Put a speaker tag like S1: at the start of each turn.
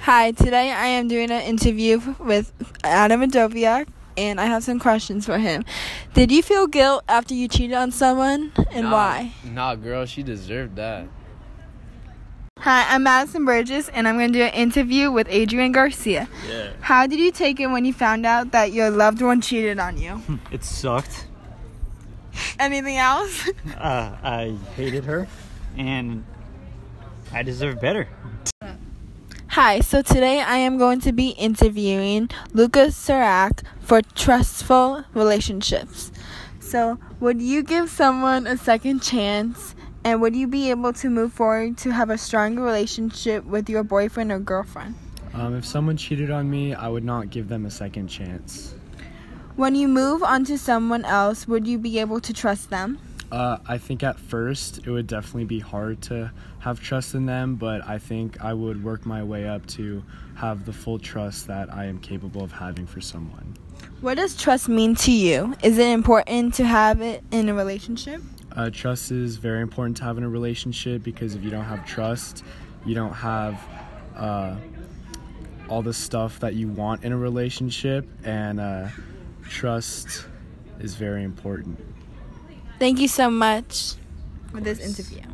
S1: Hi, today I am doing an interview with Adam Adoviak, and I have some questions for him. Did you feel guilt after you cheated on someone, and
S2: Nah,
S1: why?
S2: Nah, girl, she deserved that.
S1: Hi, I'm Madison Burgess, and I'm going to do an interview with Adrian Garcia.
S2: Yeah.
S1: How did you take it when you found out that your loved one cheated on you?
S3: It sucked.
S1: Anything else?
S3: Uh, I hated her, and I deserve better.
S1: Hi, so today I am going to be interviewing Lucas Serac for trustful relationships. So, would you give someone a second chance and would you be able to move forward to have a stronger relationship with your boyfriend or girlfriend?
S4: Um, if someone cheated on me, I would not give them a second chance.
S1: When you move on to someone else, would you be able to trust them?
S4: Uh, I think at first it would definitely be hard to have trust in them, but I think I would work my way up to have the full trust that I am capable of having for someone.
S1: What does trust mean to you? Is it important to have it in a relationship?
S4: Uh, trust is very important to have in a relationship because if you don't have trust, you don't have uh, all the stuff that you want in a relationship, and uh, trust is very important.
S1: Thank you so much for this interview.